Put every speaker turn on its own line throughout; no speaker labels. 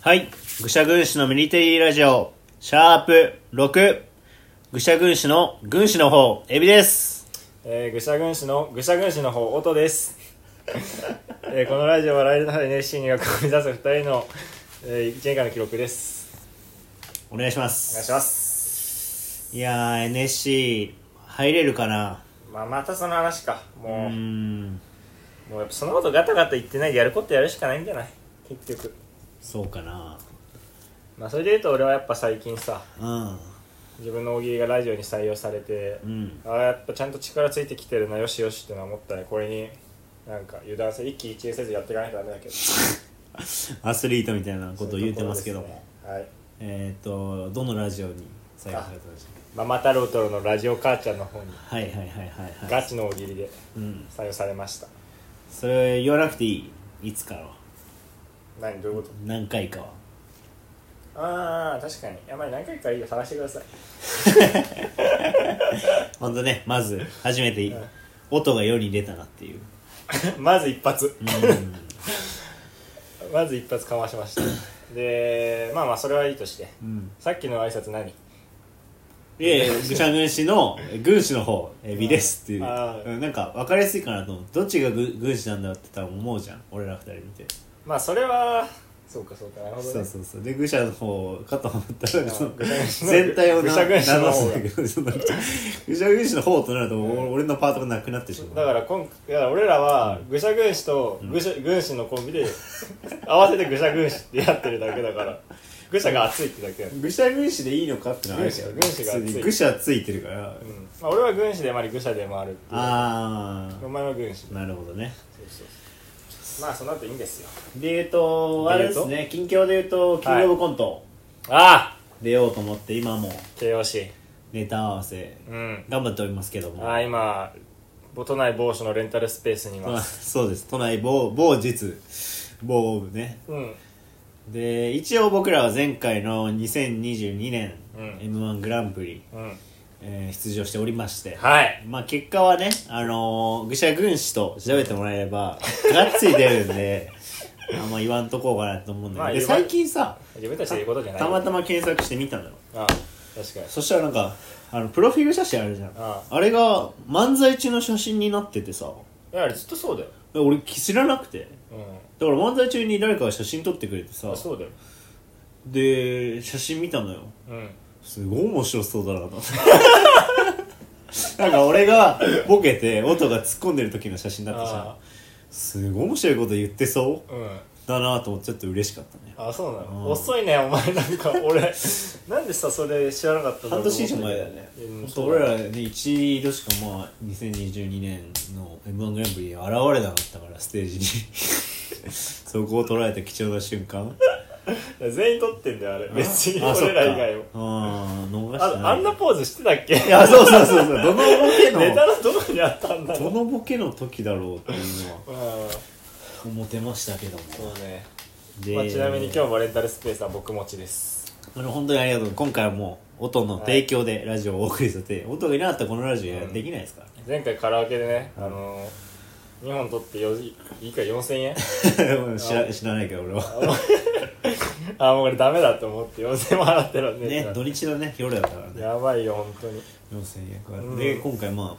はい。愚者軍師のミリテリーラジオ、シャープ6。愚者軍師の軍師の方、エビです。
えー、愚者軍師の愚者軍師の方音 です、えー、このラジオは来年の春に NSC 入学を目指す2人の、えー、1年間の記録です
お願いしま
お願い
す。
します
いやー、NSC、入れるかな
まあまたその話か
う
もう,、
ーん、
もうやっぱそのことガタガタ言ってないでやることやるしかないんじゃない結局
そうかな。
まあそれで言うと俺はやっぱ最近さ
うん。
自分の大喜利がラジオに採用されて、
うん。
あーやっぱちゃんと力ついてきてるなよしよしってのは思ったねこれになんか油断せ一喜一憂せずやっていかないとダメだけど
アスリートみたいなことを言うてますけども。
そういうところですねはい
えっ、ー、と、どのラジオに採用されたんでしょ
ママタロウトロのラジオ母ちゃんの方に
うかはいはいはいはいはい。
ガチの大喜利で
うん。
採用されました
それ言わなくていい。いつかは。
何どういうこ
何回かは。
とああ確かにやばい何回かいいよ探してください
ほんとね、まず、初めて
うん、
音が世に出たなっていう。
まず一発
うん。
まず一発かましましたでまあまあそれはいいとして
うん
さっきの挨拶何
で、愚者軍師の、軍師の方、エビですっていう。
あー
うんなんか、分かりやすいかなと思う。どっちが軍軍師なんだって多分思うじゃん。俺ら二人見て。
まあそれはそうかそうかなるほど、ね、
そうそうそう。で、愚者の方かと思ったら、
ん
その
愚者軍師の
全体をな
愚者軍師の方
名
が
乗すんだけど、その愚者軍師の方となると、お俺のパートがなくなってしまう。
だから今だから俺らは愚者軍師と愚者軍師のコンビで合わせて愚者軍師ってやってるだけだから愚者が熱いってだけだ、うん
愚者軍師でいいのかってのはあるけどね
軍師が軍師がついてる
愚者ついてるから。
まあ、俺は軍師でもあり愚者でもあるっていう
あ
お前は軍師
ー、なるほどね。
そうそうそうまあその後いいんですよ
で言うと、あれですね、近況で言うと、キングオブコント
ああ
出ようと思って、今も
KOC
ネタ合わせ
うん
頑張っておりますけども。
ああ今都内某所のレンタルスペースにい
ま
ま
あ
す
そうです、都内某、某実、某部ね。
うん
で、一応僕らは前回の2022年、
うん
M1 グランプリ、
うん
えー出場しておりまして。
はい
まあ結果はね、あのー、愚者軍師と調べてもらえれば、がっつり出るんで、 あんま言わんとこうかなと思うんだ
まあ
けど、で
言わん
最近さ、
自分たちで言うことじゃない
たまたま検索してみたのよ。
ああ確かに
そしたらなんか、あの、プロフィール写真あるじゃん。
あ
あれが漫才中の写真になっててさ、
いやあれずっとそうだよ
俺知らなくて。
う
だから漫才中に誰かが写真撮ってくれてさ
んあそうだよ
で写真見たのよ
うん
すごい面白そう だなと思ってなんか俺がボケて音が突っ込んでる時の写真だったじゃん
あ
すごい面白いこと言ってそう
うん
だなと思ってちょっと嬉しかったね
あそうな
うん
の遅いねお前な んか俺なんでさそれ知らなかったんだろ
半
うと
年
思
以上前
ったけど
だよね
うん
本当
そう
俺
だ
らね一度しかまあ2022年の m 1グランプリに現れなかったからステージに そこを捉えた貴重な瞬間
いや全員撮ってんだよあれ別に
あそっ
俺
から
以外を
あー逃してない
ああんなポーズしてたっけ
いや、そうそうそうそう。どのボケ
ネタ
の、
のどこにあったんだろ
ど
う
のボケの時だろうっていうのは
うん
思ってましたけども。
そうね、
で
まあ、ちなみに今日もレンタルスペースは僕持ちです
あの、本当にありがとう。今回はもう、音の提供でラジオをお送りさせて、音がいなかったらこのラジオやできないですからね。
前回カラオケでね、あのー、2本取ってよいいか4000円
知ら知らないけど俺は。
あもう俺ダメだと思って4000円も払ってるんで、
ね、土日のね、夜だったからね。
やばいよ本当に
4000円
う
か。
ん
で、今回まあ、っ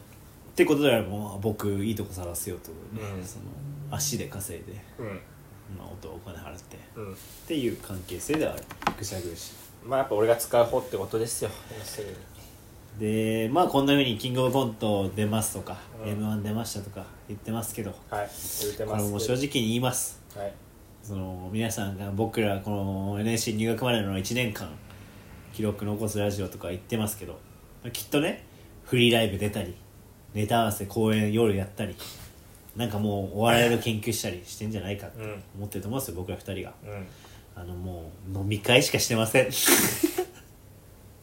てことであれば、まあ僕、いいとこ探せよと、ね
うん
その、足で稼いで、
うん
まあ、音お金払って。っ
うん
ていう関係性ではある。ぐしゃぐしゃ。
まあやっぱ俺が使う方ってことですよ要するに
でまあこんなふうに「キングオブコント」出ますとか「
うん
m 1出ましたとか言ってますけどこ
はい言うて
れ
ます
もう正直に言います
はい
その皆さんが僕らこの NSC 入学までの1年間記録残すラジオとか言ってますけどきっとねフリーライブ出たりネタ合わせ公演夜やったりなんかもうお笑いの研究したりしてんじゃないかって
うん
思ってると思うんですよ僕ら2人が
うん
あのもう飲み会しかしてません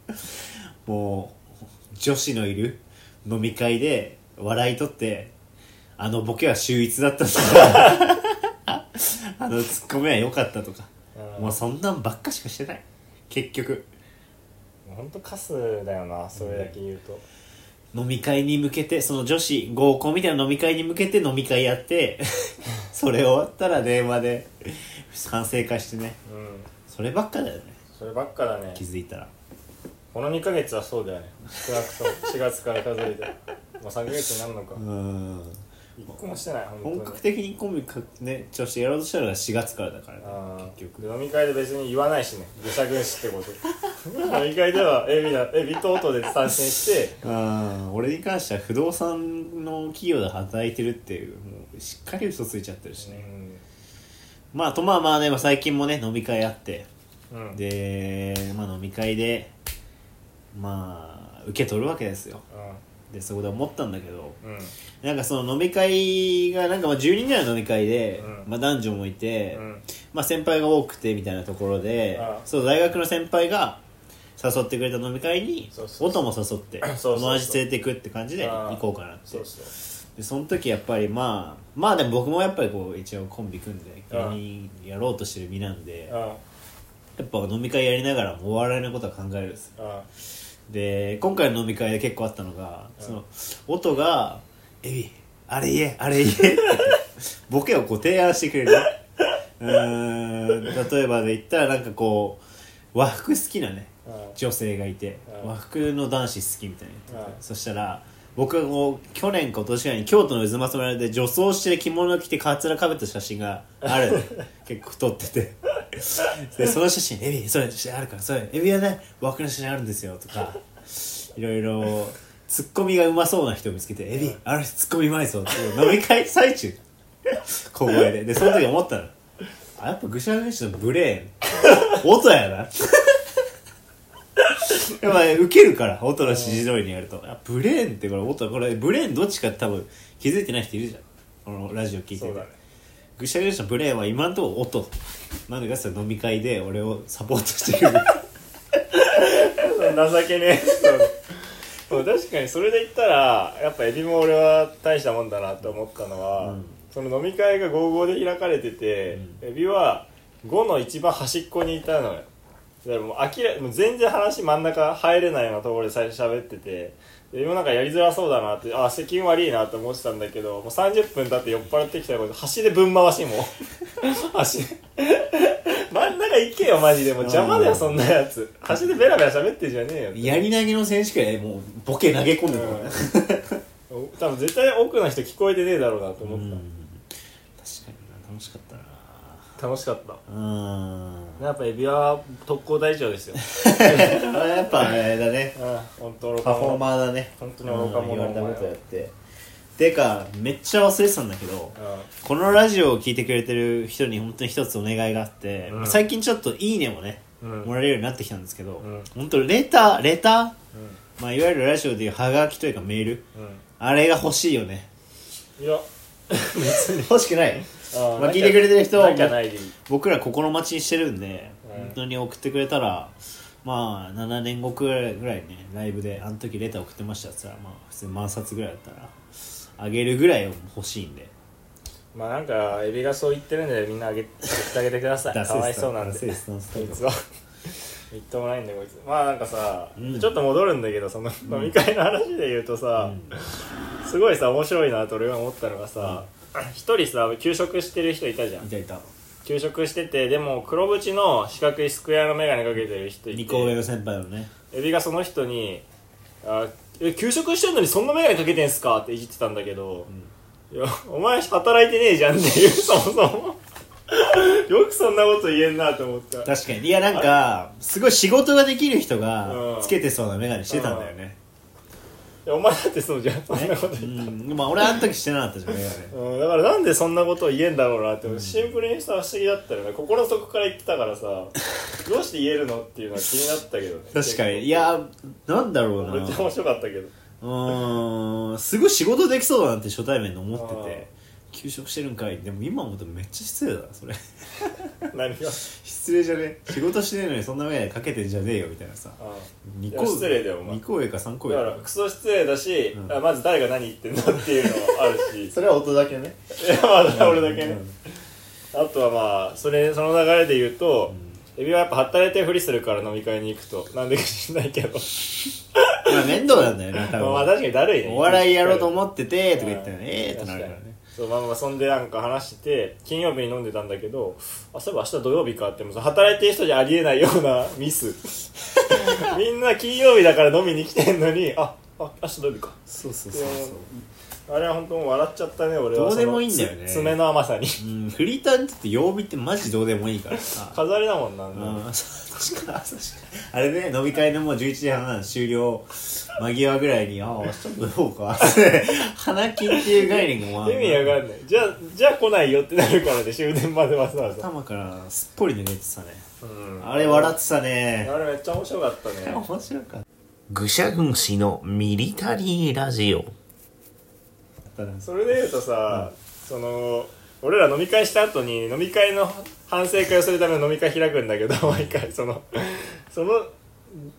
もう女子のいる飲み会で笑い取ってあのボケは秀逸だったとか あのツッコミは良かったとか
うん
もうそんなんばっかしかしてない結局
ほんとカスだよなそれだけ言うと、
飲み会に向けてその女子合 コンみたいな飲み会に向けて飲み会やってそれ終わったら電話で完成化してね
うん
そればっかだよね
そればっかだね
気づいたら
この2ヶ月はそうだよね少なくとも4月から数えてもう3ヶ月になるのか
うん
1個もしてない本当に
本格的にコンビか、ね、調子やろうとしたのが4月からだからね
あー
結局
飲み会で別に言わないしね愚者軍師ってこと 飲み会ではエビなエビと音で参戦して
うん俺に関しては不動産の企業で働いてるっていうもうしっかり嘘ついちゃってるしね、まあとまあまあねまあ最近もね飲み会あって
うん、うん、
で、まあ、飲み会でまあ受け取るわけですよでそこで思ったんだけど
うんうん
なんかその飲み会がなんかまあ10人ぐらいの飲み会で、
うん
まあ、男女もいて、
うん
まあ、先輩が多くてみたいなところで
ああ
そう大学の先輩が誘ってくれた飲み会に
そうそうそ
音も誘って
そうそうそう
同じ連れてくって感じで
ああ
行こうかなって
そうそう
でその時やっぱりまあまあでも僕もやっぱりこう一応コンビ組んで芸
ああ
人やろうとしてる身なんで
あ
やっぱ飲み会やりながらもお笑いのことは考えるんですよ
ああ
で今回の飲み会で結構あったのが、
うん
その音が「エビあれ言えあれ言え」 ってボケをこう提案してくれるうーん例えばで言ったらなんかこう和服好きなね
ああ
女性がいて
うん
和服の男子好きみたいな言ってて、
うん
そしたら僕がこう去年か今年かに京都の渦政村で女装して着物着てカツラかぶった写真がある 結構撮っててでその写真「エビそれあるからそれエビはね和服の写真あるんですよ」とかいろいろツッコミがうまそうな人を見つけて「エビあの人ツッコミうまいぞ」っていう飲み会最中小声ででその時思ったのあやっぱぐしゃぐしゃのブ レーン音やなやっぱウケるから音の指示通りにやるとあブレーンってこれ音これブレーンどっちか多分気づいてない人いるじゃんこのラジオ聞いて
そうだ
て
ね
ぐしゃぐしゃのブレーンは今のところ音なんでかって言ったら飲み会で俺をサポートしてくれ る
情けねえそう確かにそれで言ったらやっぱエビも俺は大したもんだなと思ったのは、
うん
その飲み会が55で開かれてて、エビは5の一番端っこにいたのよだからもう明らもう全然話真ん中入れないようなところで最初喋っててでエビもなんかやりづらそうだなってあ責任悪いなって思ってたんだけどもう30分経って酔っ払ってきたら端でぶん回しも う端で真ん中行けよマジでもう邪魔だよそんなやつ端でベラベラ喋ってんじゃねえよって
やり投げの選手権もうボケ投げ込んでくる、
うん、 多分絶対奥の人聞こえてねえだろうなと思
うん
っ
確かにな楽しかったな
た、楽しかった
うん
やっぱエビは特攻隊長ですよ
あやっぱあれだね
うん本当
パフォーマーだね
本当に愚か者
うん言われたことやっててかめっちゃ忘れてたんだけど
ー
このラジオを聞いてくれてる人に本当に一つお願いがあって、
うん
最近ちょっと「いいね」もね
うん
もらえるようになってきたんですけど、
うん
本当レターレタ
うん
ー、まあ、いわゆるラジオでいうハガキというかメール
う
あれが欲しいよ ね
んいや
欲しくない
あ
まあ聞いてくれてる人は
なきゃないでいい
僕ら心待ちにしてるんで、
うん
本当に送ってくれたらまあ7年後くらいねライブで「あの時レター送ってました」っつったらまあ普通に万冊ぐらいだったらあげるぐらい欲しいんで
まあなんかエビがそう言ってるんでみんなあげ送ってあげてく ださいかわいそうなんでこいつはみっともないんだよこいつまあなんかさ、
うん
ちょっと戻るんだけどその飲み会の話で言うとさ、すごいさ面白いなと俺は思ったのがさ一、人さ休職してる人いたじゃん
いたいた
休職しててでも黒縁の四角いスクエアの眼鏡かけてる人い
2
て
個上の先輩のね
エビがその人に「あえ休職してんのにそんな眼鏡かけてんすか?」っていじってたんだけど、いやお前働いてねえじゃんっていうそもそもよくそんなこと言えんなと思った
確かにいやなんかすごい仕事ができる人
う
が
ん
つけてそうな眼鏡してたんだよね
いやお前だってそうじゃんそん
ね
なこと
う
言っ
んまあ俺あの時してなかったじゃん眼鏡
た、うんだからなんでそんなことを言えんだろうなって、シンプルにした不思議だったよね心の底から言って たからさどうして言えるのっていうのは気になったけどね
確かにいやなんだろうな
めっちゃ面白かったけど
うーんすごい仕事できそうだなって初対面で思ってて休職してるんかいでも今思うとめっちゃ失礼だなそれ
何が
失礼じゃね仕事してねえのにそんな眼鏡かけてんじゃねえよみたいなさ2個
いや失礼だよお前
2個上か3個
だから
上
クソ失礼だし、
うん
あまず誰が何言ってんのっていうのもあるし い
それは音だけね
や まあ俺だけね、あとはまあそれその流れで言うと、エビはやっぱ働いてるふりするから飲み会に行くとなんでか知んないけど
まあ面倒なんだよな多
まあ
分
確かにだるいね
お笑いやろうと
っ
思っててとか言ったらねえーってなるからね
そうまあまあそんでなんか話して金曜日に飲んでたんだけどあそういえば明日土曜日かってもう働いてる人じゃありえないような ミスみんな金曜日だから飲みに来てんのにああ明日土曜日か
そうそう
そうあれは本当もう笑っちゃったね俺は
どうでもいいんだよね
そのつ爪の甘さに
う、ん、フリーターにとって曜日ってマジどうでもいいからさ
飾りだもんな、
うん確か確かあれね飲み会のもう11時半終了間際ぐらいに「ああちょっとどうか」花金っていう概念がまあ
意味わかんないじゃあじゃあ来ないよってなるからで終電までわざわざ、
頭からすっぽりで寝てたね
うん
あれ笑ってたね
あれめっちゃ面白かったね
面白かっ
愚者軍師のミリタリーラジオ
たな
それで言うとさ、その俺ら飲み会した後に飲み会の反省会をするための飲み会開くんだけど 毎回そのその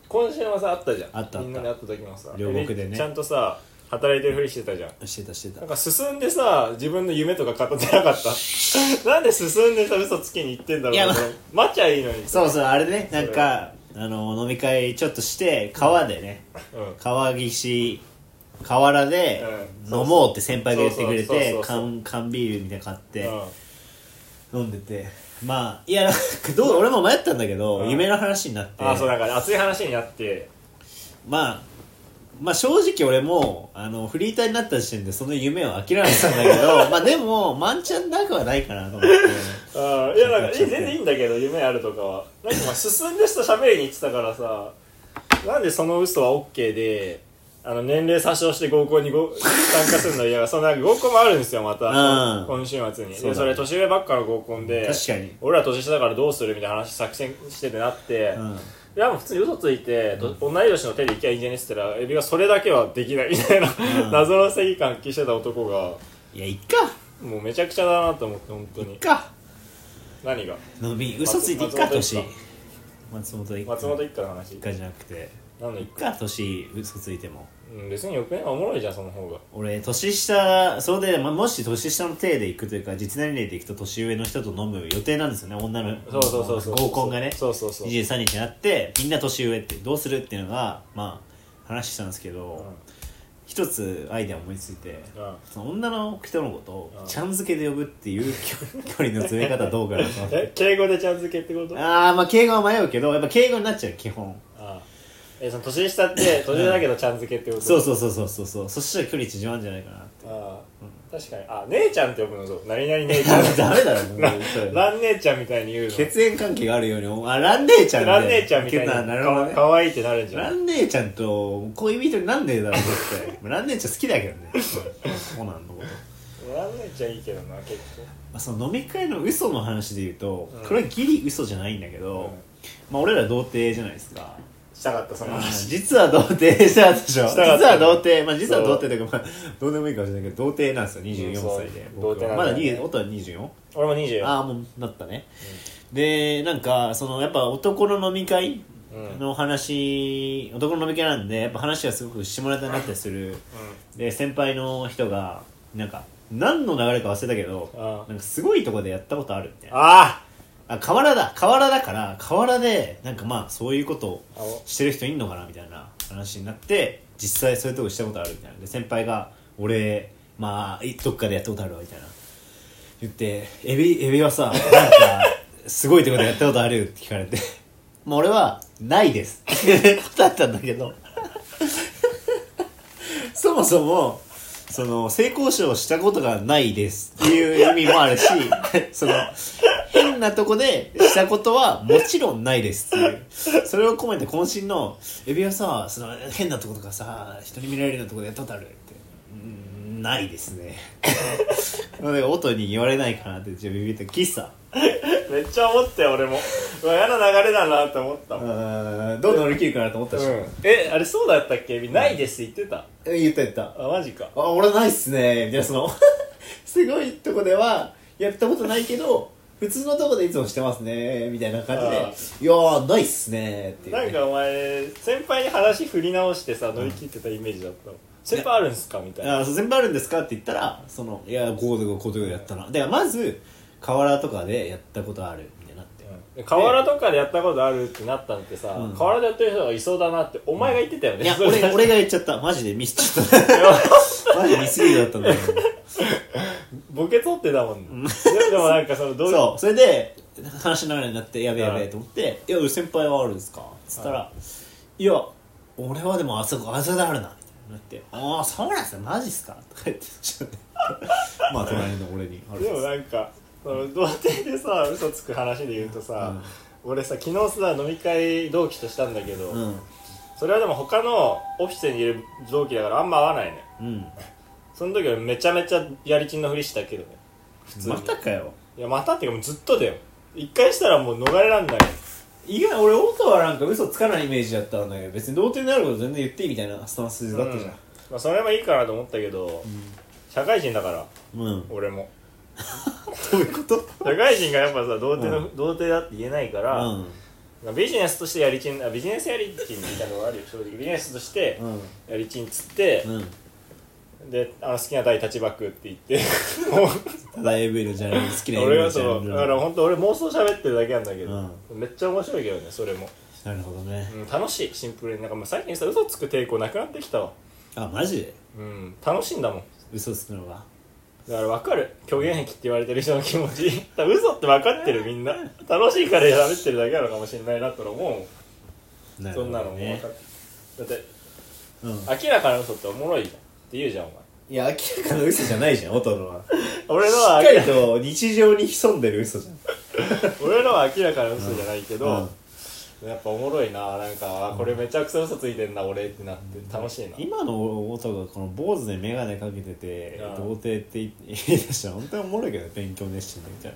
今週もさあったじゃん
あったあった
みんなで会った時もさ
両国でね
ちゃんとさ働いてるふりしてたじゃん
してたしてた
なんか進んでさ自分の夢とか語ってなかった なんで進んでさ嘘つきに行ってんだ
いや
ろう
ま
な待ちゃいいのに
そうそうあれねなんかあの飲み会ちょっとして川でね
うん
川岸河原で
うん
飲もうって先輩が言ってくれ
そうそうそう
て
そうそう
缶缶ビールみたいなの買って
うん
飲んでてまあいやなんかどう俺も迷ったんだけ
う
ど
ん
夢の話になって
あそうなんか熱い話になって
まあまあ正直俺もあのフリーターになった時点でその夢を諦めてたんだけ どまあでも満ちゃんなくはないかなと思って
あーいやなんかいい全然いいんだけど夢あるとかはなんかまあ進んで人喋りに行ってたからさなんでその嘘は OK であの年齢詐称して合コンにご参加するの嫌がそのなんか合コンもあるんですよまた、
うん
今週末に
そうだね
でそれ年上ばっかの合コンで
確かに
俺ら年下だからどうするみたいな話作戦しててなって、
うん
いやもう普通に嘘ついて、と同い年の手でいきゃいいんじゃねえっつったらエビがそれだけはできないみたいな、
うん
謎の正義感発揮してた男が
いやいっか
もうめちゃくちゃだなと思って本当
いっ
に
か
何が
飲み嘘ついていっか
松本一
年
家
松本一家
松本一家の
一
話
家じゃなくて
何の
い
一
っか年嘘ついても
うん別に翌年はおもろいじゃんその方が
俺年下それで、まあ、もし年下の体で行くというか実年齢で行くと年上の人と飲む予定なんですよね女の
そうそうそうそう
合コンがね
そうそうそう
23日になってみんな年上ってどうするっていうのがまあ話したんですけど、一つアイデア思いついて、
うん
その女の人のことを
うん
ちゃんづけで呼ぶって いう距距離の詰め方どうかなと思って
え敬語でちゃん付けってことあ
ああまあ敬語は迷うけどやっぱ敬語になっちゃう基本
あえその年下って年上だけどちゃん付けってこと
そう
う
そうそうそうそうそうそしたら距離縮まるんじゃないかなって
ああ確かにあ姉ちゃんって呼ぶのそう何々姉ち
ダ
ゃ
メ
ん
ダメだろもうそれ
蘭姉ちゃんみたいに言うの
血縁関係があるように思うあ蘭姉ちゃん
蘭姉ちゃんみたい
ななるほど
に
ね
かわいいってなるんじゃん
蘭姉ちゃんと恋人になんねえだろ絶 対まあ蘭姉ちゃん好きだけどねそうなんのこと、
蘭姉ちゃんいいけどな結
まあ、その飲み会の嘘の話で言うと、
うん
これはギリ嘘じゃないんだけ
構、
ど、
うん
まあ俺ら童貞じゃないですか
したかったその話
実は童貞したでしょ実
したかった
は童貞まあ実は童貞というかまあどうでもいいかもしれないけど童貞なんですよ24歳で
そう
僕
童貞
は
な
ま
んだ
だ
よね
2音は 24?
俺も20よ
ああもうなったね、でなんかそのやっぱ男の飲み会
うんうん
の話男の飲み会なんでやっぱ話がすごく下ネタになったりするで先輩の人がなんか何の流れか忘れたけど
あ
なんかすごいとこでやったことあるみたいな
あ
あ河原だ河原だから河原でなんかまあそういうことを
あお
してる人いんのかなみたいな話になって実際そういうとこしたことあるみたいなで先輩が「俺まあいどっかでやったことあるわ」みたいな言って「エビエビはさなんか すごいとこでやったことある?」って聞かれて「もう俺はないです」 って答えたんだけど そもそもその性交渉をしたことがないですっていう意味もあるしその変なとこでしたことはもちろんないですっていうそれを込めて渾身の「エビはさその変なとことかさ人に見られるようなとこでやったことある?」って「うーんないですね」なので音に言われないかなって自分ビビって喫茶
めっちゃ思ったよ俺もうわ嫌な流れだなって思った
う
もん、うん、
ーんどう乗り切るかなと思ったし、
えあれそうだったっけないです言ってた
え言った言った
あマジか
あ俺ないっすねみたいなその すごいとこではやったことないけど普通のとこでいつもしてますねみたいな感
あ
じで「いやーないっすね」っていうね、
なんかお前先輩に話振り直してさ乗り切ってたイメージだったの先輩あるんすかみたいな
あそう全部あるんですか?」って言ったら「そのいやこうとかこうとかやったな」だからまず河原とかでやったことあるみたいになって
うん河原とかでやったことあるってなったのってさ、
うん
河原でやってる人がいそうだなってお 前が言ってたよね、
いや
そ れ
俺俺が言っちゃったマジでミスっちゃったマジミスリードだったんだけど
ボケ取ってたもんねでもなんかそのどう
そうそれで話の流れになってやべえやべえと思って「いや先輩はあるんですか?」っつったら「いや俺はでもあそこあそこであるな」みたいになって「ああそうなんですよマジっすか?」とか言ってちょっと まあ隣の俺に「あるん
で
で
も
す
なんかその童貞でさ嘘つく話で言うとさ、俺さ昨日さ飲み会同期としたんだけど、
うん
それはでも他のオフィスにいる同期だからあんま合わないね
うん
その時はめちゃめちゃやりちんのふりしたけどね普通に
またかよ
いやまたっていうかもうずっとだよ一回したらもう逃れらんない
意外俺音はなんか嘘つかないイメージだったんだけど別に童貞になること全然言っていいみたいなスタンスだったじゃん
まあ、それもいいかなと思ったけど、社会人だから
うん、
俺も
どういうこと
社会人がやっぱさ童貞の、
う
童貞だって言えないか
う
ら、
ん
まあビジネスとしてやりちんあビジネスやりちんみたいなのがあるよ正直ビジネスとして
うん
やりちんっつって、
うん
であの好きな台立ちバックって言って もう
ただ AV のジャンル好きな AV
俺
の
は
ジ
そ
ャンル
のだから本当俺妄想喋ってるだけなんだけど、めっちゃ面白いけどねそれも、
なるほどね
うん、楽しいシンプルになんかもう最近さ嘘つく抵抗なくなってきたわ
あマジで
うん楽しいんだもん
嘘つくのが
だから分かる虚言癖って言われてる人の気持ち 多分嘘って分かってるみんな楽しいから喋ってるだけなのかもしれないなとは思うもん
なる
そ
ほど
んなのも分
ね
かってだ
うん
って明らかな嘘っておもろいじゃんって言うじゃんお前
いや明らかな嘘じゃないじゃん音のは
俺のは
しっ
明
からりと日常に潜んでる嘘じゃん
俺のは明らかな嘘じゃないけど、
う
やっぱおもろいななんかあこれめちゃくちゃ嘘ついてんな俺ってなって楽しいな、
ん今の音がこの坊主で眼鏡かけてて
うん
童貞って言い出したら本当におもろいけど勉強熱心でみたい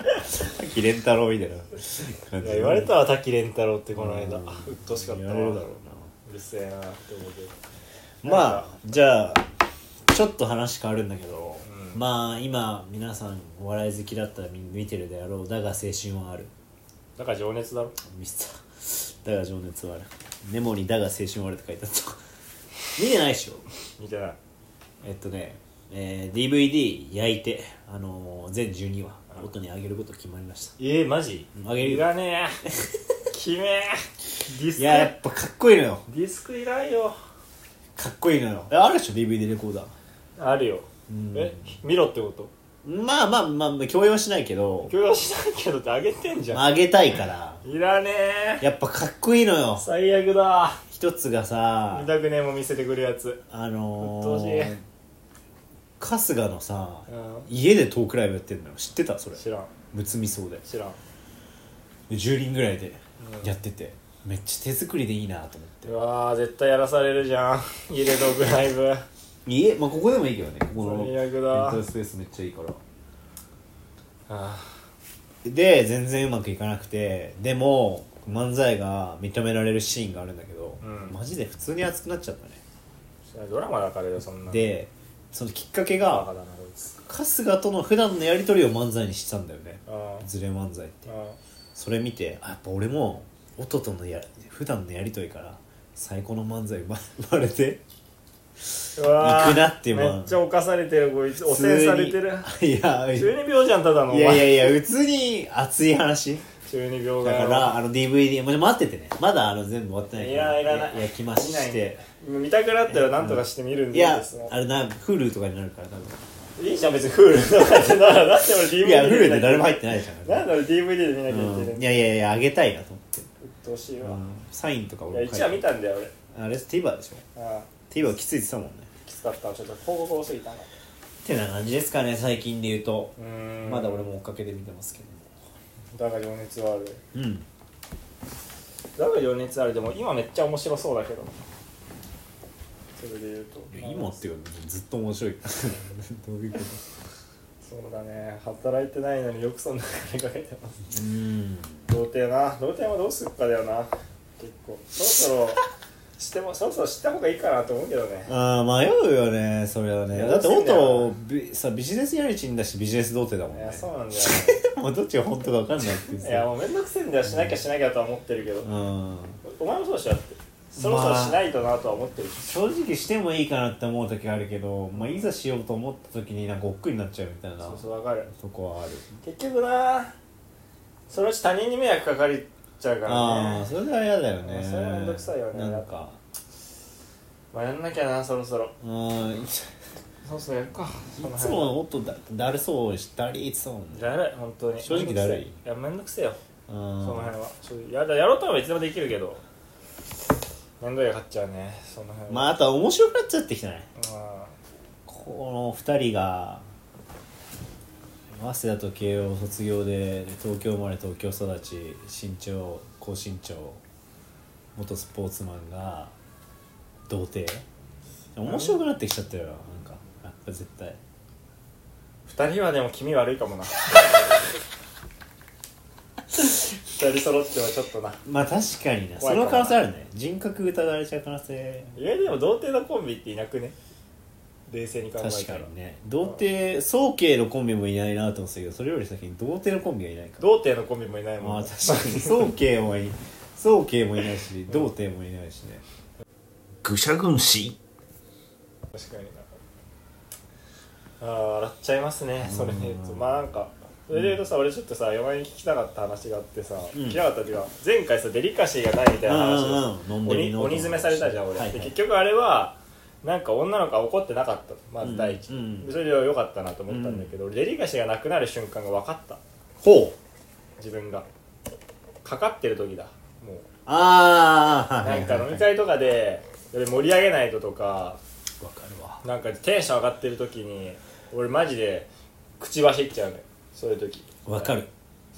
なさ さっき蓮太郎みたいな感
い
じで
や言われたわ滝廉太郎ってこの間、う
うん
っとうしかったわ
言われるだろう
うるせえなって思うけど
なまあじゃあちょっと話変わるんだけど、
うん
まあ今皆さんお笑い好きだったらみ見てるであろう「だが青春はある
だから情熱だろ」
見せた「だが情熱はある」メモに「だが青春はある」って書いてあった見てないでしょ
みたいな
えっとね、えー DVD 焼いて、あのー全12話音にあげること決まりました
えー、マジ
あげる
い
よ
らねえきめえディス
い
ク
ややっぱかっこいいのよ
ディスクいらんよ
かっこいいのよえあるでしょ DVD レコーダー
あるよ、
ん
え見ろってこと
まあまあまあまあ共有はしないけど、
許容しないけどってあげてんじゃん、
まあ、あげたいから
いらねえ
やっぱかっこいいのよ
最悪だ
一つが
見
さ
たくねえもん見せてくるやつ
あの
鬱陶し
ー
い、
春日のさ、
うん
家でトークライブやってるのよ知ってたそれ
知らん
むつみそうで
知らん
で10人ぐらいでやってて、めっちゃ手作りでいいなと思って
うわー絶対やらされるじゃん家でドグライブ
家まあここでもいいけどねここの
最悪
エン
だ
トリースペースめっちゃいいから
あ
で全然うまくいかなくてでも漫才が認められるシーンがあるんだけど、
うん
マジで普通に熱くなっちゃったね、
ードラマだからよそんな
でそのきっかけ
バカ
が
だなこいつ
春日との普段のやり取りを漫才にしてたんだよね
あー
ズレ漫才って
あ
それ見てあやっぱ俺も音とのや普段のやり取りから最高の漫才生ま生まれ て
ーうわー
行くなってもう
めっちゃ犯されてるこいつ汚染されてる
普通にいやい
12秒じゃんただのお前
やいやいや普通に熱い話
12秒
だ
が
からあの DVD もう待っててねまだあの全部終わってない
い
から
やいらない
や焼き増しし
見ない
て
見たくなったら何とかして見るん
い
で
や
す
あれな Hulu とかになるから多分
いいじゃん別にフールとかってならだって俺 DVD
いや Hulu
で
で誰も入
っ
ってないじゃん
てなんだろ DVD で見なきゃいけない
うんいやいやいやあげたいなと思って
うっとうしいわ
うんサインとか
いや
俺も
1話
書い
見
て
たんだよ俺
あれ TVer でしょ
ああ
TVer きついって言ってたもんね
きつかったわちょっと広告多すぎたな
ってな感じですかね最近で言うと
うーん
まだ俺も追っかけで見てますけ
だが情熱はある
どもうん
だが情熱はあるでも今めっちゃ面白そうだけどそれで言うと
いや今っていうかずっと面白い どういうこ
そうだね働いてないのによくそんな金かけてます
とうん
童貞な童貞はどうするかだよな結構そろそろして もそろそろ知った方がいいかなと思うけどね
ああ迷うよねそれはね
いや
だって
そうだよ
音ビさビジネスやりちんだしビジネス童貞だもん
い
ね
やそうなんだよ、
もうどっちが本当か分かんないっていう
ね、いやもうめんどくせえんだよしなきゃしなきゃとは思ってるけど、
うん
お前もそうでしょだってそろそろしないとなとは思ってるし、
正直してもいいかなって思う時あるけど、まあ、いざしようと思った時になんか億劫になっちゃうみたいな
そうそうわかる
とこはある
結局なそのうち他人に迷惑かかっちゃうから
ああ
ね
それは嫌だよね
それはめんどくさいよね
なんか
まあやんなきゃなそろそろ
うん
そうっすねやるか
い
その
つ
辺
も音だだるそうしたりいつもんね
だるい本当に
正直だるい
いやめんどくせえよ
そ
その
の
辺は正直やだやろうと思えばいつでもできるけどめんどいが勝っちゃうねその辺は
まああとは面白くなっちゃってきたね
あ
この2人が早稲田と慶応卒業で東京生まれ東京育ち身長高身長元スポーツマンが童貞面白くなってきちゃったよななんかやっぱ絶対
2人はでも気味悪いかもな2人揃ってはちょっとな
まあ確かにな
怖
そ
いかも
の可能性あるね人格疑われちゃう可能性
意外にでも童貞のコンビっていなくね冷静に考えたら
確かにね童貞早慶のコンビもいないなと思ってたけどそれより先に童貞のコンビがいないから
童貞のコンビもいないもん
まあ確か に早慶もい早慶もいないし童貞もいないしね
愚者軍師
確かになああ笑っちゃいますねそれで言うと
うん
まあなんかそれで言うとさ、俺ちょっとさ嫁に聞きたかった話があってさ、
ん
聞きたかったっていうか前回さデリカシーがないみたいな話
うん
を
うんうんのん
鬼
ぼりの
鬼詰めされたじゃん俺、
はいはい
で結局あれはなんか女の子は怒ってなかったまず第一、
うんうん
でそれで良かったなと思ったんだけど、俺デリカシーがなくなる瞬間が分かった
ほう
自分がかかってる時だもう
ああ
なんか飲み
わ
会とかで俺盛り上げないととか
かるわ
なんかテンション上がってる時に俺マジで口走っちゃうのよそういう時
わかる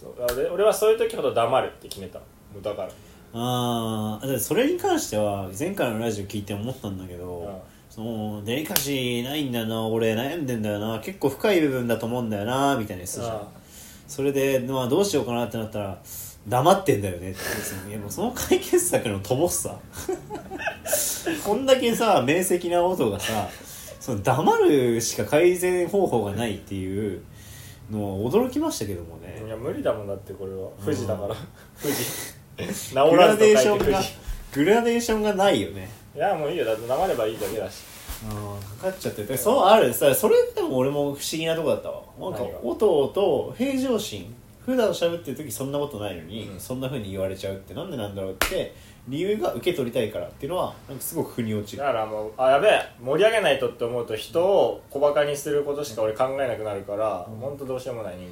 そうだから俺俺はそういう時ほど黙るって決めたもうだから
ああそれに関しては前回のラジオ聞いて思ったんだけど、
うん
そのデリカシーないんだよな俺悩んでんだよな結構深い部分だと思うんだよなみたいなやつじゃん
あ
それで、まあ、どうしようかなってなったら黙ってんだよねって言うんですよいやもうその解決策のともさこんだけさ明晰な音がさその黙るしか改善方法がないっていうのは驚きましたけどもね
いや無理だもんだってこれは富士 だから富士治
グ
ら
ラ
ずと
デーシ
書い
ョ
て
ンが
富士
グラデーションがないよね
いやもういいよだって黙ればいいだけだし
かかっちゃっててそうあるさそれでも俺も不思議なとこだったわなんか
何が
音と平常心普段喋ってる時そんなことないのに、そんなふうに言われちゃうってなんでなんだろうって理由が受け取りたいからっていうのはなんかすごく腑に落ち
だ
る
からもうあやべえ盛り上げないとって思うと人を小バカにすることしか俺考えなくなるから、ほん、本当どうしようもない人間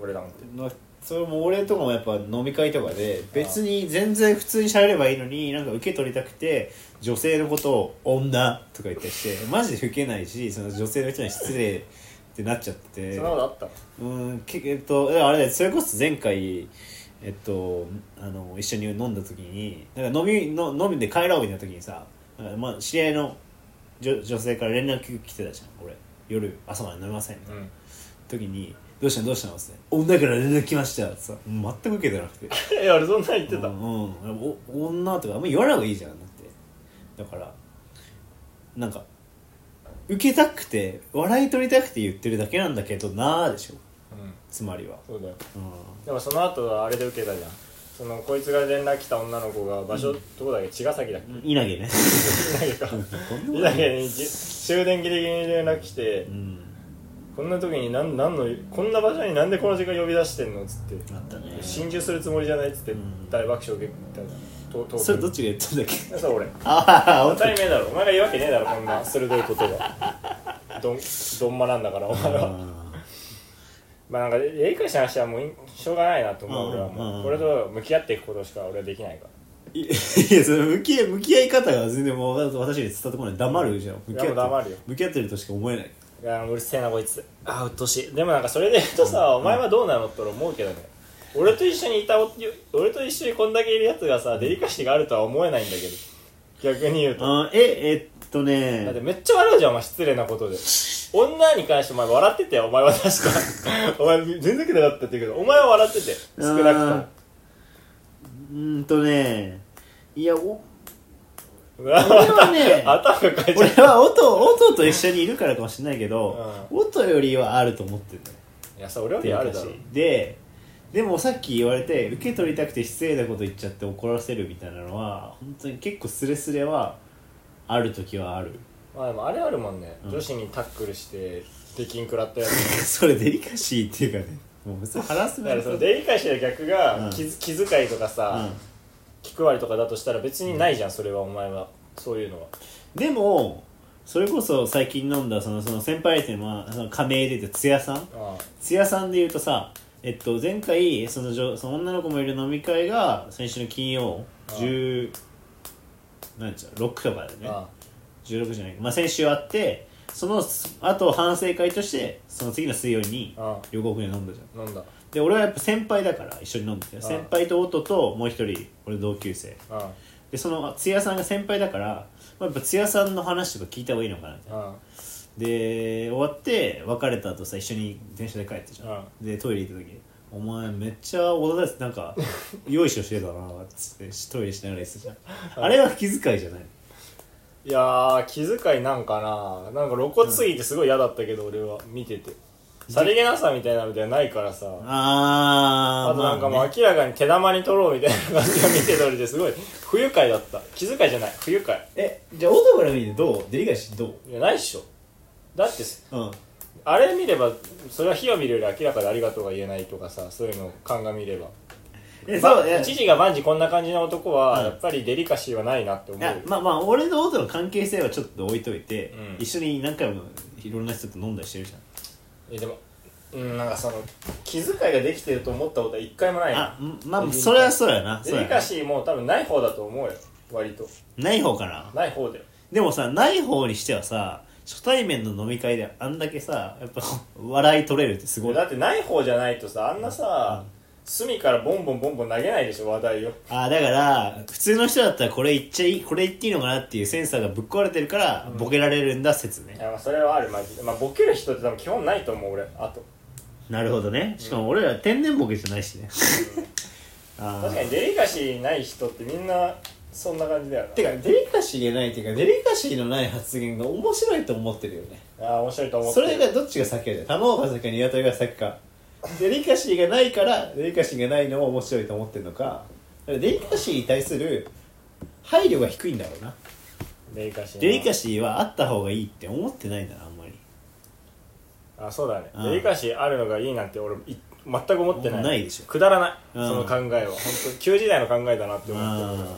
俺らもって
のそれも俺とかもやっぱ飲み会とかで別に全然普通に喋ればいいのになんか受け取りたくて女性のことを「女」とか言ったりしてマジで吹けないしその女性の人には失礼ってなっちゃってて
そんなことあったの
うんけえっとえあれそれこそ前回えっとあの一緒に飲んだ時になんか飲みの飲みで帰ろうみたいな時にさなんかまあ知り合いの女女性から連絡来てたじゃん俺夜朝まで飲みませんみたいな
うん
時に「どうしたのどうしたの?」っつって「女から連絡来ました」ってさ全く受けてなくて
いや俺そんなん言ってた、
うん、うんお女とかあんま言わない方がいいじゃんだってだからなんか受けたくて笑い取りたくて言ってるだけなんだけどなーでしょ
うん
つまりは
そうだよ
う
でもその後はあれで受けたじゃんそのこいつが連絡来た女の子が場所、どこだっけ茅ヶ崎だっけ
ん稲毛ね
稲毛か
こん
稲毛にじ終電ギリギリに連絡来て、
うん
こんな時になんなんのこんな場所になんでこの時間呼び出してんのっつって
あったね
心中するつもりじゃないっつって、
ん
大爆笑受けたじゃんと
それどっ
ち
ちが言ったんだっけ
それ俺
あ
当たり前だろお前が言うわけねえだろこんな鋭いことがどんどんまなんだからお前は
あ
まあなんかやり返した話はもういしょうがないなと思う俺は
うんうんう
も
ん
うこれと向き合っていくことしか俺はできないから
い いやその向き合い向き合い方が全然もう私に伝わってこない黙るじゃん向き合って
いやもう黙るよ
向き合ってるとしか思えない
いやうるせえなこいつあうっとうしいでもなんかそれで言うとさ、お前はどうなのって俺思うけどね俺と一緒にいたお俺と一緒にこんだけいるやつがさデリカシーがあるとは思えないんだけど逆に言うと
あーええっと
だって
ね
めっちゃ笑うじゃんお前失礼なことで女に関してお前笑っててお前は確か お前全然受けなかったって言うけどお前は笑ってて少なく
うーんとねいやお
とも
はね
頭がかいちゃ
俺
う
は音音と一緒にいるからかもしれないけど、音よりはあると思ってる
いやさ俺よ
デリ
りあ
カ
るだ
シ
ろ
ーででもさっき言われて受け取りたくて失礼なこと言っちゃって怒らせるみたいなのは本当に結構スレスレはある時はある
まあでもあれあるもんね、
うん
女子にタックルして出禁食らったやつ
それデリカシーっていうかねもうそれハラスメ
だか
ン
らそ
ト
のデリカシーの逆が
うん
気,、気遣いとかさ、
う
気配りとかだとしたら別にないじゃんそれはお前はそういうのは
ん、でもそれこそ最近飲んだそのその先輩店はその亀井でて津屋さん
あ
津屋さんで言うとさえっと前回その女その女の子もいる飲み会が先週の金曜
あ
10なんちゃう6とかだよね
あ
16じゃないまあ先週あってそのあと反省会としてその次の水曜日に
あ
両国で飲んだじゃん
あ飲んだ
で俺はやっぱ先輩だから一緒に飲んでて
あ
先輩と音ともう一人俺同級生
あ
でその津屋さんが先輩だから、まあ、やっぱ津屋さんの話とか聞いた方がいいのかなみたいな
あ
で終わって別れた後さ一緒に電車で帰ったじゃん、
あ
でトイレ行った時「お前めっちゃ踊らせてなん か用意しをしてたな」っつってトイレしながら言ってたじゃんあれは気遣いじゃない
いやー気遣いなんかななんか露骨すぎてすごい嫌だったけど、俺は見ててさりげなさみたいなのではないからさ
あー
あとなんか
ま
も
あ
う
ね
明らかに手玉に取ろうみたいな感じが見て取りですごい不愉快だった気遣いじゃない不愉快
えじゃあ音から見てどうデリカシーどう
いやないっしょだって
うん
あれ見ればそれは火を見るより明らかでありがとうが言えないとかさそういうのを鑑みれば
え
ば
そういや
一時が万事こんな感じの男は、
うん
やっぱりデリカシーはないなって思
いうやまあまあ俺と音の関係性はちょっと置いといて、
うん
一緒に何回もいろんな人と飲んだりしてるじゃん
えでもうんなんかその気遣いができてると思ったことは一回もない
あ
なん
まあそれはそうやなそう
デ
や
リ
な
カシーも多分ない方だと思うよ割と
ない方かな
ない方だよ
でもさない方にしてはさ初対面の飲み会であんだけさやっぱ笑い取れるってすごい
だ
あ
ってない方じゃないとさあんなさ、
うん
隅からボンボンボンボン投げないでしょ話題を
ーだから普通の人だったらこれ言っちゃいいこれ言っていいのかなっていうセンサーがぶっ壊れてるからボケられるんだ説ね
い、やまあそれはあるマジで、まあ、ボケる人って多分基本ないと思う俺あと
なるほどねしかも俺ら天然ボケじゃないしね、 あ
確か
ー
にデリカシーない人ってみんなそんな感じだよな
てかデリカシーがないっていうかデリカシーのない発言が面白いと思ってるよね
ああ面白いと思って
そ
る
れがどっちが先やで卵が先か鶏が先かデリカシーがないからデリカシーがないのを面白いと思ってるのかだからデリカシーに対する配慮が低いんだろうな
デリカシーな
デリカシーはあった方がいいって思ってないんだなあんまり
あそうだね、
うん
デリカシーあるのがいいなんて俺い全く思ってない
ないでしょ
くだらない、
うん
その考えは本当旧時代の考えだなって思ってる
あ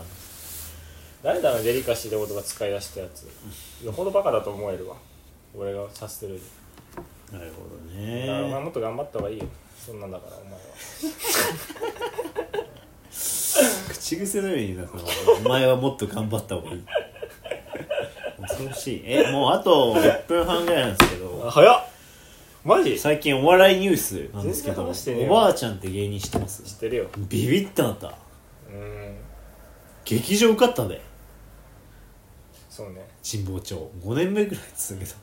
誰だろうデリカシーで言葉使い出したやつよほどバカだと思えるわ俺が察するに
あなるほど
だからお前
ね
もっと頑張った方がいいよそんなんだからお前は
口癖のようになそのお前はもっと頑張った方がいい 恐ろしいえもうあと1分半ぐらいなんですけど
あ早っマジ知
最近お笑いニュースなんですけ
全然
ど
話してねえ
お
よ
ばあちゃんって芸人知ってます
ってるよ
ビビったなった
うん
劇場受かったで
そうね
神保町5年目ぐらい続けた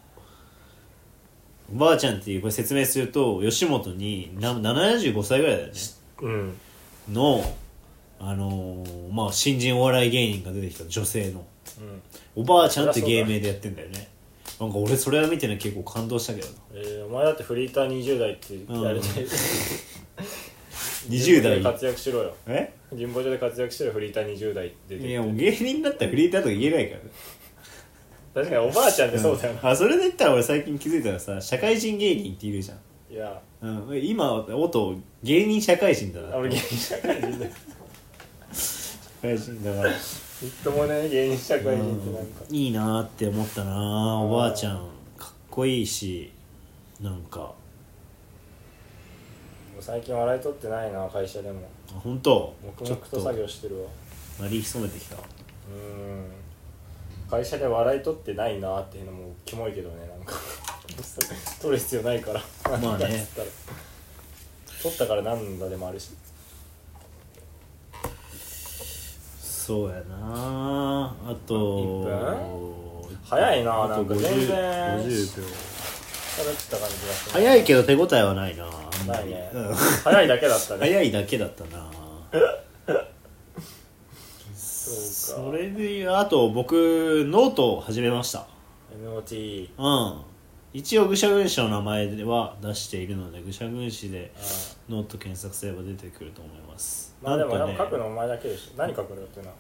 おばあちゃんっていうこれ説明すると吉本にな75歳ぐらいだよね
うん
のあのーまあ新人お笑い芸人が出てきた女性の
う
お
ん
ばあちゃんって芸名でやってんだよねなんか俺それは見てね結構感動したけどな
えーお前だってフリーター20代ってやれて、
20
で
代
活躍しろよ
え
神保町で活躍してるフリーター20代出て
いやもう芸人だったらフリーターとか言えないからね
確かにおばあちゃんってそうだよな、
あそれで言ったら俺最近気づいたらさ社会人芸人っているじゃん
いや
うん、今音芸人社会人だな
俺芸人社会人だよ
社会人だから
みっともね芸人社会人ってなんか
いいなーって思ったなおばあちゃんかっこいいしなんか
もう最近笑い取ってないな会社でも
あ本当
黙
ちょっ
々と
と
作業してるわ
なり潜めてきた
うん会社で笑い取ってないなっていうのもキモいけどねなんか取る必要ないから
まあね
なんだっつったら取ったからなんだでもあるし
そうやなあと
一早いな
あと
なんか全然
50 50秒
喋ってた感じがする
早いけど手応えはないなあんま
ない
り
ね
うん
早いだけだったね
早いだけだったな
そうか
それで言うあと僕ノートを始めました
NOT
うん一応愚者軍師の名前では出しているので愚者軍師で
あ
ノート検索すれば出てくると思います
まあでも
な
なん
と
んか書くのお前だけでしょ何書くのっていうのは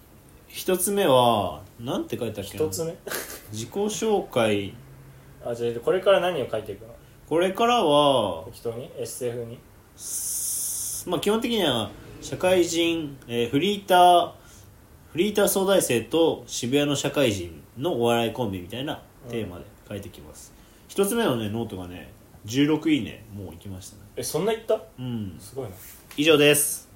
一つ目はなんて書いたっけな
一つ目
自己紹介
あじゃあこれから何を書いていくの
これからは
適当に SF に
まあ基本的には社会人、えーフリーターフリーター総大生と渋谷の社会人のお笑いコンビみたいなテーマで書いてきます、一つ目のねノートがね16いいねもう行きましたね
えそんな言った
うん
すごいな
以上です